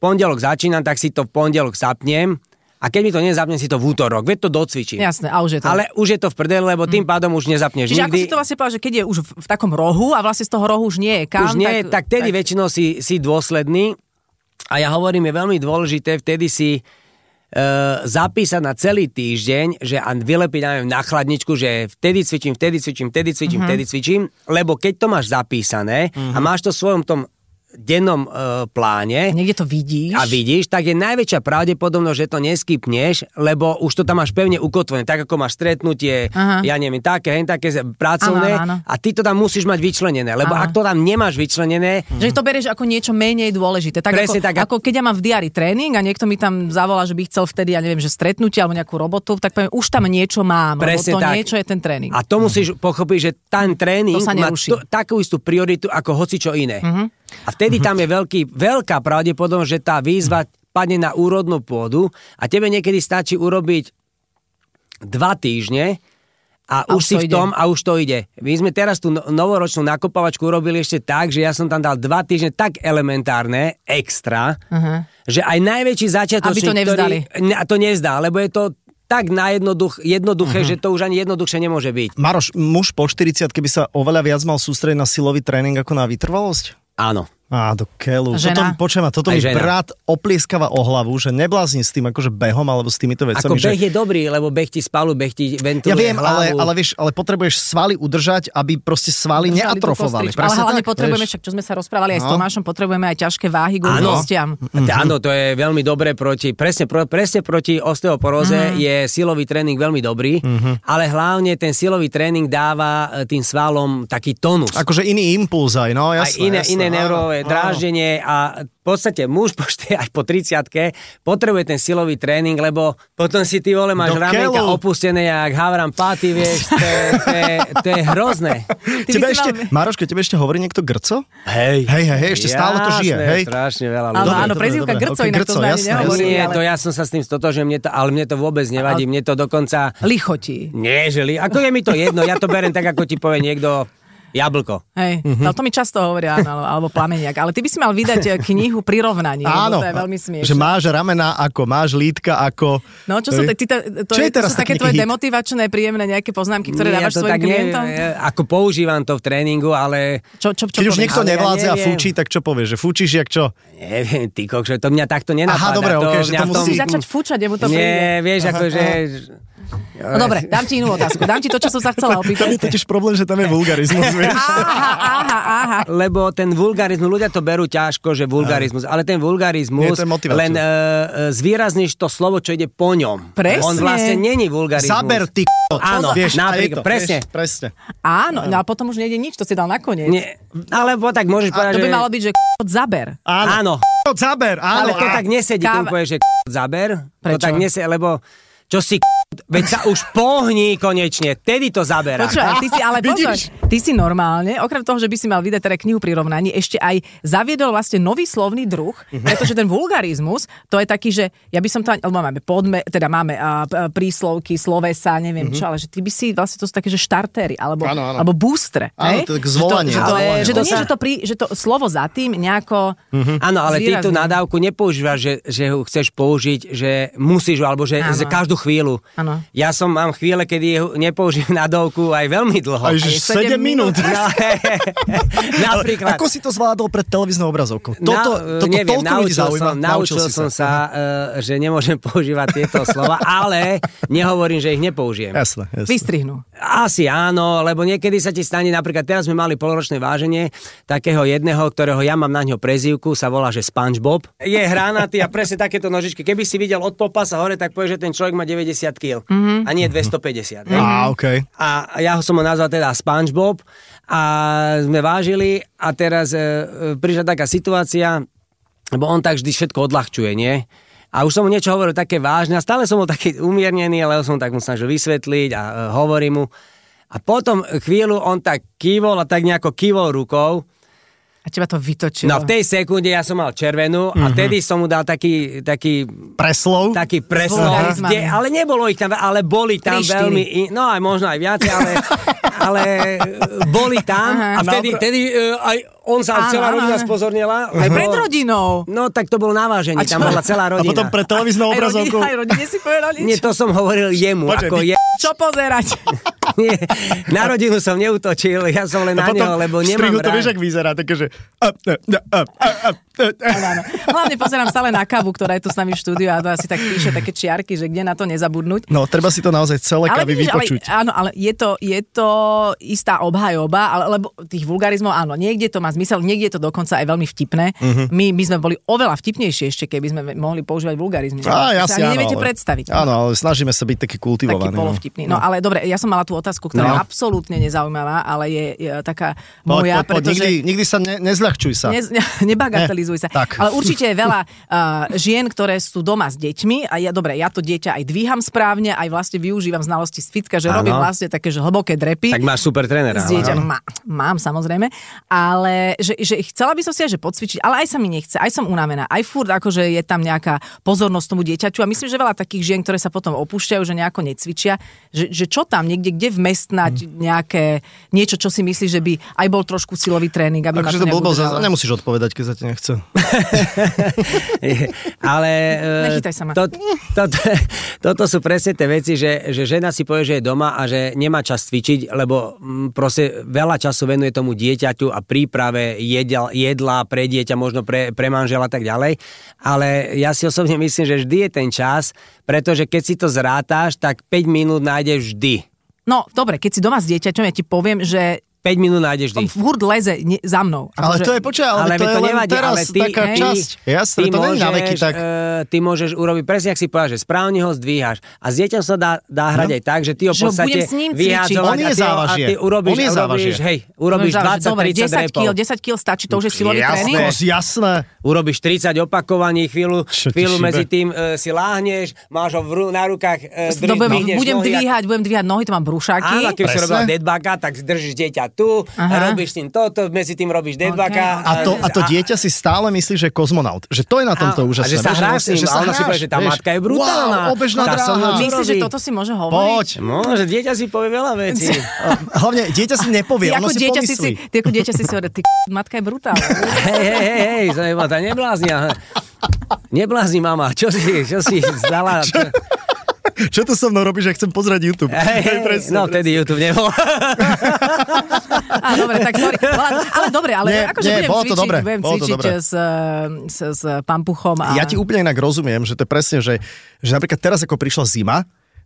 pondelok začínam, tak si to v pondelok zapnem a keď mi to nezapnem, si to v útorok, veď to docvičím.
Jasné, a už je to.
Ale už je to v prdeli, lebo tým pádom už nezapneš
Čiže ako
nikdy.
si to vlastne povedal, že keď je už v, v takom rohu a vlastne z toho rohu už nie je kam,
už nie, tak, tak tedy tak... väčšinou si, si dôsledný a ja hovorím, je veľmi dôležité vtedy si e, zapísať na celý týždeň, že a vylepiť neviem, na chladničku, že vtedy cvičím, vtedy cvičím, vtedy cvičím, mm-hmm. vtedy cvičím, lebo keď to máš zapísané mm-hmm. a máš to v svojom tom dennom e, pláne,
Niekde to vidíš.
a vidíš, tak je najväčšia pravdepodobnosť, že to neskypneš, lebo už to tam máš pevne ukotvené, tak ako máš stretnutie,
Aha.
Aha. ja neviem, také, hen také z- pracovné
Áno, áno, áno.
a ty to tam musíš mať vyčlenené, lebo
Áno.
ak to tam nemáš vyčlenené,
Že to bereš ako niečo menej dôležité. Tak
Presne
ako,
tak.
ako keď ja mám v diári tréning a niekto mi tam zavolá, že by chcel vtedy, ja neviem, že stretnutie alebo nejakú robotu, tak poviem, už tam niečo mám,
Presne
lebo to
tak.
niečo je ten tréning. Mhm.
a to musíš pochopiť, že ten tréning
To sa
má
neruší. Mhm.
takú istú prioritu ako hocičo iné. A vtedy tam je veľký, veľká pravdepodobnosť, že tá výzva padne na úrodnú pôdu a tebe niekedy stačí urobiť dva týždne
A
a, a
už
už si
to
v
ide.
tom a už to ide. My sme teraz tú no- novoročnú nakopavačku urobili ešte tak, že ja som tam dal dva týždne tak elementárne, extra,
Aha.
že aj najväčší
Aby
začiatočník,
to nevzdali.
Ktorý, ne, a to nevzdá, lebo je to tak na jednoduch, jednoduché,
Mhm.
že to už ani jednoduchšie nemôže byť.
Maroš, muž po 40 by sa oveľa viac mal sústrediť na silový tréning ako na vytrvalosť?
Áno.
Á, do keľu.
Žena.
Toto, počujem, ma, toto mi
Aj žena.
brat oplieskava o hlavu, že neblázni s tým akože behom alebo s týmito vecami.
Ako
že...
beh je dobrý, lebo beh ti spalu, beh ti
Ja
ventiluje
viem, ale,
hlavu.
ale, vieš, ale potrebuješ svaly udržať, aby proste svaly
Držali tú
neatrofovali.
kostričku. Ale
Presne
hlavne
tak,
potrebujeme,
vieš.
však čo sme sa rozprávali aj s
No.
Tomášom, potrebujeme aj ťažké váhy kvôli
Áno.
kostiam.
Mm-hmm. Áno, to je veľmi dobré proti, presne, pro, presne proti osteoporóze
Mhm.
mm-hmm. je silový tréning veľmi
Mhm.
dobrý, mm-hmm. ale hlavne ten silový tréning dáva e, tým svalom taký tonus.
Akože iný impuls aj, no jasné.
aj iné,
jasné,
iné
áno,
neurové
áno.
dráždenie a v podstate muž po šty- aj po 30 potrebuje ten silový tréning, lebo potom si ty vole máš
Do
ramenka
keľu.
opustené jak Havran Páty, vieš, to je, to je, to je hrozné.
Ty
Tebe
by si
ešte,
mal-
Maroško, tebe ešte hovorí niekto grco?
Hej.
Hej, hej, hej, ešte stále to žije,
Jasné,
hej.
strašne veľa
Áno,
ľudí.
áno,
dobre,
prezývka
dobre,
Grco,
ok,
inak to
Grco,
sme ani
jasné,
nehovorili,
Nie,
ale
to ja som sa s tým stotožil, mne to, ale mne to vôbec nevadí, mne to dokonca
lichotí.
neželi. Ako je mi to jedno, ja to berem tak, ako ti povie niekto jablko.
Hej,
Mhm.
ale to mi často hovoria, áno, alebo- alebo plameniak. Ale ty by si mal vydať eh, knihu prirovnaní, lebo
Áno,
to je veľmi smiešné.
že máš ramena ako, máš lítka ako.
No, čo sú,
Hej.
te- ty, to, to,
Čo
je,
je teraz
to sú také
taký
tvoje
hit?
demotivačné, príjemné nejaké poznámky, ktoré
Nie,
dávaš
to
svojim
tak nie-
klientom?
Ako používam to v tréningu, ale
Čo, čo, čo
Keď už
povieš?
niekto
Ale ja
nevládze a
neviem.
fučí, tak čo povieš? Že fučíš jak čo?
Neviem, ty kokšo, to mňa takto nenapadá.
dobre,
to,
okej, že
mňa
to
v
musíš
Musíš začať fúčať, jemu to príde.
Nie, vieš, akože...
No dobre, dám ti inú otázku. Dám ti to, čo som sa chcela
Tam je
opýtať.
totiž problém, že tam je vulgarizmus, vieš?
Aha, aha, aha.
Lebo ten vulgarizmus, ľudia to berú ťažko, že vulgarizmus, ale ten vulgarizmus,
Nie, to je motivácia.
len uh, zvýrazníš to slovo, čo ide po ňom.
Presne.
On vlastne není vulgarizmus.
Zaber ty k***o,
Áno,
vieš, a je
napríklad,
to,
presne.
Vieš, presne.
Áno, no a potom už nejde nič, to si dal nakoniec.
Nie, alebo tak môžeš povedať,
To
že...
by malo byť, že k***, zaber.
Áno.
Áno,
To zaber, áno.
ale to
á.
tak nesedí,
Káva-
keď mu povieš, že zaber.
Prečo?
To tak nesedí, lebo čo si veď sa už pohní konečne, tedy to zaberá.
Počúvaj, ty si, ale pozor,
Vidíš?
ty si normálne, okrem toho, že by si mal vydať teda knihu prirovnaní, ešte aj zaviedol vlastne nový slovný druh,
Mhm.
pretože ten vulgarizmus, to je taký, že ja by som to, ani- lebo máme podme, teda máme a, p- a, príslovky, slovesa, neviem čo, ale že ty by si vlastne to sú také, že štartéry, alebo,
Mhm. Áno, áno.
alebo boostre.
Áno,
hej?
to je k zvolaniu,
Že to, že
zvolaniu.
to, že to,
To
nie,
sa-
že to, pri, že to slovo za tým nejako...
Hm. Mhm.
Áno, ale ty tú
zvýraznené.
nadávku nepoužívaš, že, že ho chceš použiť, že musíš, alebo že
Áno.
za každú tú chvíľu.
Áno.
Ja som, mám chvíle, kedy ju nepoužijem na dovku aj veľmi dlho.
A ježiš,
Aj
7
sedem
minút.
No, napríklad.
Ako si to zvládol pred televíznou obrazovkou? Toto,
Na-
toto
neviem,
toľko ľudí
naučil
zaujíma.
Som, naučil
si
som sa, uh, že nemôžem používať tieto slova, ale nehovorím, že ich nepoužijem.
Jasné, jasné.
Vystrihnú.
Asi áno, lebo niekedy sa ti stane, napríklad teraz sme mali poloročné váženie takého jedného, ktorého ja mám na ňo prezývku, sa volá, že Spongebob. Je hranatý a presne takéto nožičky. Keby si videl od popasa hore, tak povieš, že ten človek má 90 kg a nie 250. hej?
Á, okej.
A ja ho som ho nazval teda Spongebob a sme vážili a teraz e, e, prišla taká situácia, lebo on tak vždy všetko odľahčuje, nie? A už som mu niečo hovoril také vážne a stále som bol taký umiernený, ale som tak mu snažil vysvetliť a e, hovorím mu. A potom chvíľu on tak kývol a tak nejako kývol rukou
A teba to vytočilo.
No v tej sekunde ja som mal červenú a vtedy som mu dal taký, taký
Preslov?
taký
Aha.
preslov, kde, ale nebolo ich tam, veľa, ale boli tam
Tri, štyri.
veľmi, in, no aj možno aj viacej, ale, ale e, boli tam
Aha.
a vtedy, vtedy e, aj on sa
Áno,
celá
áno,
rodina
áno.
spozornila.
Aj
lebo-
pred rodinou.
No tak to bolo naváženie,
A čo?
tam bola celá
A
rodina.
potom pre televíznou
Aj, rodine,
obrazovkou?
aj rodine si povedal
Nie,
nič.
to som hovoril jemu,
Počkaj,
ako
ty-
je...
Čo pozerať?
Nie, na rodinu som neutočil, ja som len
A
na
potom
neho, lebo
v
nemám
strihu to
rád.
vieš, ak vyzerá, také, že... a, a, a, a, a, a.
Áno. Hlavne pozerám stále na kavu, ktorá je tu s nami v štúdiu a to asi tak píše také čiarky, že kde na to nezabudnúť.
No, treba si to naozaj celé kavy
vidíš,
vypočuť.
Ale, áno, ale je to, je to istá obhajoba, ale, lebo tých vulgarizmov, áno, niekde to má zmysel, niekde je to dokonca aj veľmi vtipné.
Mhm.
Uh-huh. My, my sme boli oveľa vtipnejšie ešte, keby sme mohli používať vulgarizmy.
Á,
To
jasne,
si ani
áno,
neviete
ale-
predstaviť.
Áno, ale snažíme sa byť taký
Taký
kultivovaný.
polovtipný. No. no ale dobre, ja som mala tú otázku, ktorá
No.
je absolútne nezaujímavá, ale je, je taká
Poď,
moja,
poď, poď,
No, pretože...
nikdy, nikdy sa ne, nezľahčuj sa.
Ne, nebagatelizuj sa.
Ne, tak.
Ale určite je veľa uh, žien, ktoré sú doma s deťmi a ja, dobre, ja to dieťa aj dvíham správne, aj vlastne využívam znalosti z fitka, že
Áno.
robím vlastne také že hlboké drepy.
Tak máš super trénera.
S
ale-
dieťa, má, mám samozrejme, ale že, že chcela by som si aj že podcvičiť, ale aj sa mi nechce, aj som unavená, aj furt akože je tam nejaká pozornosť tomu dieťaťu a myslím, že veľa takých žien, ktoré sa potom opúšťajú, že nejako necvičia, že, že čo tam niekde, kde vmestnať nejaké, niečo, čo si myslí, že by aj bol trošku silový tréning, aby ma
Akože
to
to blbo,
neudržalo.
nemusíš odpovedať, keď sa ti nechce.
Ale e,
Nechytaj sa ma.
To, to, to, toto sú presne tie veci, že, že žena si povie, že je doma a že nemá čas cvičiť, lebo mm, proste veľa času venuje tomu dieťaťu a príprave jedla, jedla pre dieťa, možno pre, pre manžela a tak ďalej. Ale ja si osobne myslím, že vždy je ten čas, pretože keď si to zrátáš, tak 5 minút nájdeš vždy.
No, dobre, keď si doma s dieťaťom, ja ti poviem, že
5 minút nájdeš
on
vždy.
furt leze ne, za mnou.
Ale
Akože-
to je, počkaj, ale, to,
mi
je len
nevadí,
teraz
ale ty,
taká
hej,
časť. Jasné,
ty
to nie je na
môžeš,
veky tak.
eh,
e, ty môžeš urobiť presne, ak si povedal, že správne ho zdvíhaš. A s dieťom sa dá, dá hrať aj tak, že ty
Že ho
ho v podstate
budem s ním cvičiť.
vyhádzovať
No. On je
a ty, ho- a
závažie.
ty urobíš,
On je závažie.
urobíš, hej, urobíš
Dobre, že No, dobre, 10
20-30 repov.
kg, 10 kg stačí, to už je silový
Jasné,
tréning.
jasné.
Urobíš 30 opakovaní, chvíľu,
Čo ti
chvíľu
šibe?
medzi tým e, si láhneš, máš ho v, ru- na rukách, e,
To budem,
dvihneš
budem
nohy a-
dvíhať, budem dvíhať nohy, to mám brúšaky.
Áno, keby si
Presne.
robila deadbaka, tak držíš dieťa tu,
Aha.
Aha. robíš s tým toto, medzi tým robíš deadbaka.
A to, a to dieťa si stále myslí, že je kozmonaut. Že to je na tomto
A- a
úžasné.
že sa
Vieš,
hrá
vlastne,
s ním,
že sa
a ona si
hráš,
povie, že tá
vieš.
matka je brutálna.
Wow, obežná
Tá som
dráha.
ho-
Myslíš, že
robí.
toto si môže
Poď. Ehm,
hovoriť?
No, že dieťa si povie veľa vecí.
Hlavne dieťa si nepovie,
Ty
ono
ako,
si
dieťa si, si,
pomyslí.
ty ako dieťa si si hovoril, ty k***, matka je brutálna.
hej, hej, hej, hej, to je ma tá neblázni. Neblázni, mama, čo si, čo si zdala? Čo?
Čo to so mnou robíš, že chcem pozrieť YouTube?
Hej,
To je
hej,
presne,
no,
presne.
vtedy YouTube nebol.
Á, dobre, tak sorry. Ale, ale dobre, ale
Nie,
akože
nie,
budem
bolo to
cvičiť,
dobre,
budem
bolo to
cvičiť
dobre.
s, e, s, s pampuchom. A...
Ja ti úplne inak rozumiem, že to je presne, že, že napríklad teraz, ako prišla zima,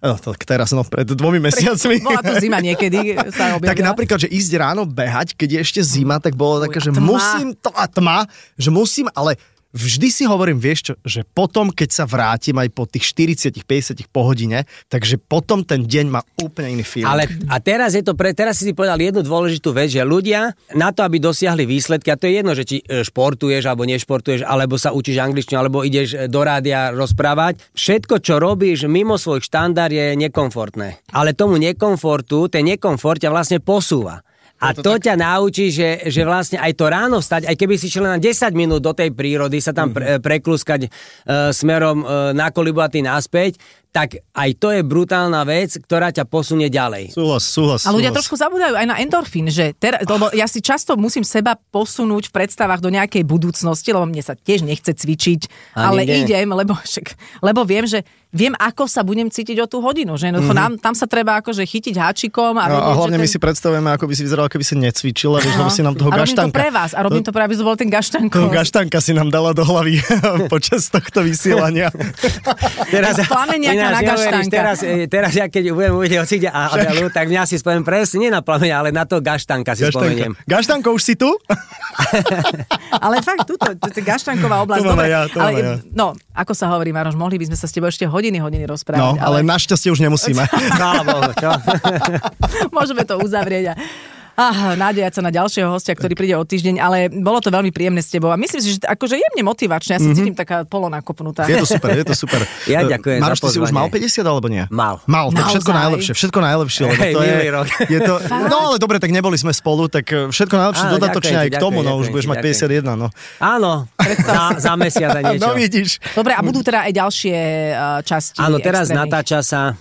no, tak teraz, no, pred dvomi mesiacmi.
Bola tu zima niekedy, sa objavila.
Tak napríklad, že ísť ráno behať, keď je ešte zima, tak bolo také, že
tma.
musím to a tma, že musím, ale vždy si hovorím, vieš čo, že potom, keď sa vrátim aj po tých 40-50 po hodine, takže potom ten deň má úplne iný feeling.
Ale a teraz je to pre, teraz si si povedal jednu dôležitú vec, že ľudia na to, aby dosiahli výsledky, a to je jedno, že či e, športuješ alebo nešportuješ, alebo sa učíš angličtinu, alebo ideš e, do rádia rozprávať, všetko, čo robíš mimo svojich štandard je nekomfortné. Ale tomu nekomfortu, ten nekomfort ťa vlastne posúva. A to, ťa naučí, že, že vlastne aj to ráno vstať, aj keby si šiel na 10 minút do tej prírody, sa tam pre, preklúskať e, smerom e, na kolibu a ty e, naspäť, tak aj to je brutálna vec, ktorá ťa posunie ďalej.
Súhlas, súhlas,
A ľudia
súhlas.
trošku zabúdajú aj na endorfín, že teraz, lebo ja si často musím seba posunúť v predstavách do nejakej budúcnosti, lebo mne sa tiež nechce cvičiť,
Ani
ale
mne.
idem, lebo, však, lebo viem, že viem, ako sa budem cítiť o tú hodinu, že mm. nám, tam sa treba akože chytiť háčikom a,
Mhm. No, A, a
vedieť,
hlavne
že
my si predstavujeme, ako by si vyzeral, keby si necvičila, vieš, lebo si nám toho
No. a robím to
gaštanka.
pre vás a robím to pre, aby to bol ten
toho
gaštanko.
gaštanka si nám dala do hlavy počas tohto vysielania.
Teraz,
Z plameniaka
ináč
na
neuveríš,
gaštanka.
Teraz, e, teraz ja keď budem uvedieť ociť a Adelu, tak mňa si spomeniem presne, nie na plameň, ale na to gaštanka si spomeniem.
Gaštanka. Gaštanko, už si tu?
Ale fakt, túto, to je gaštanková oblasť.
To mám
dobre,
aj ja, to
ale,
mám aj ja.
No, ako sa hovorí, Maroš, mohli by sme sa s tebou ešte hodiny, hodiny rozprávať.
No, ale našťastie už nemusíme.
No.
Chvála Bohu, čo?
Môžeme to uzavrieť a Ah, nádejať sa na ďalšieho hostia, ktorý príde o týždeň, ale bolo to veľmi príjemné s tebou a myslím si, že akože jemne motivačné, ja sa mm-hmm. cítim taká polonakopnutá.
Mhm. Je to super, je to super.
Ja ďakujem za
Maroš, ty si už mal
pozvanie.
50 alebo nie?
Mal.
Mal, tak
Naozaj?
všetko najlepšie, všetko najlepšie. Lebo
Hej,
to je,
minulý rok.
je to, no ale dobre, tak neboli sme spolu, tak eh, všetko najlepšie
Áno,
dodatočne
ďakujem
aj
ti,
k tomu, no
ďakujem
už
ti,
budeš mať 51,
ďakujem.
no.
Áno, za, za mesiac a niečo.
No vidíš.
Dobre, a budú teda aj ďalšie uh, časti.
Áno, teraz
extrémnych.
natáča sa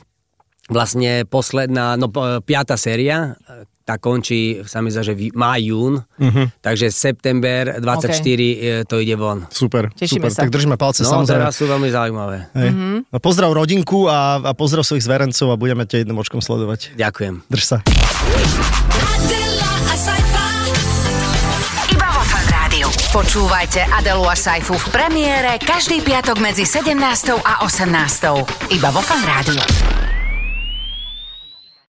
vlastne posledná, no po- piata séria, e, tá končí, sa mi zdá, že v- má jún, takže september 24 e, to ide von.
Super,
Tešíme
super.
sa. Mhm.
tak držíme palce
No,
samozrejme.
teraz sú veľmi zaujímavé.
Hej. No, pozdrav rodinku a, a pozdrav svojich zverencov a budeme ťa jedným očkom sledovať.
Ďakujem.
Drž sa.
Adela, a sci-fi.
Iba vo Fan Rádiu. Počúvajte Adelu a Saifu v premiére každý piatok medzi 17. a 18. Iba vo Fan Rádiu.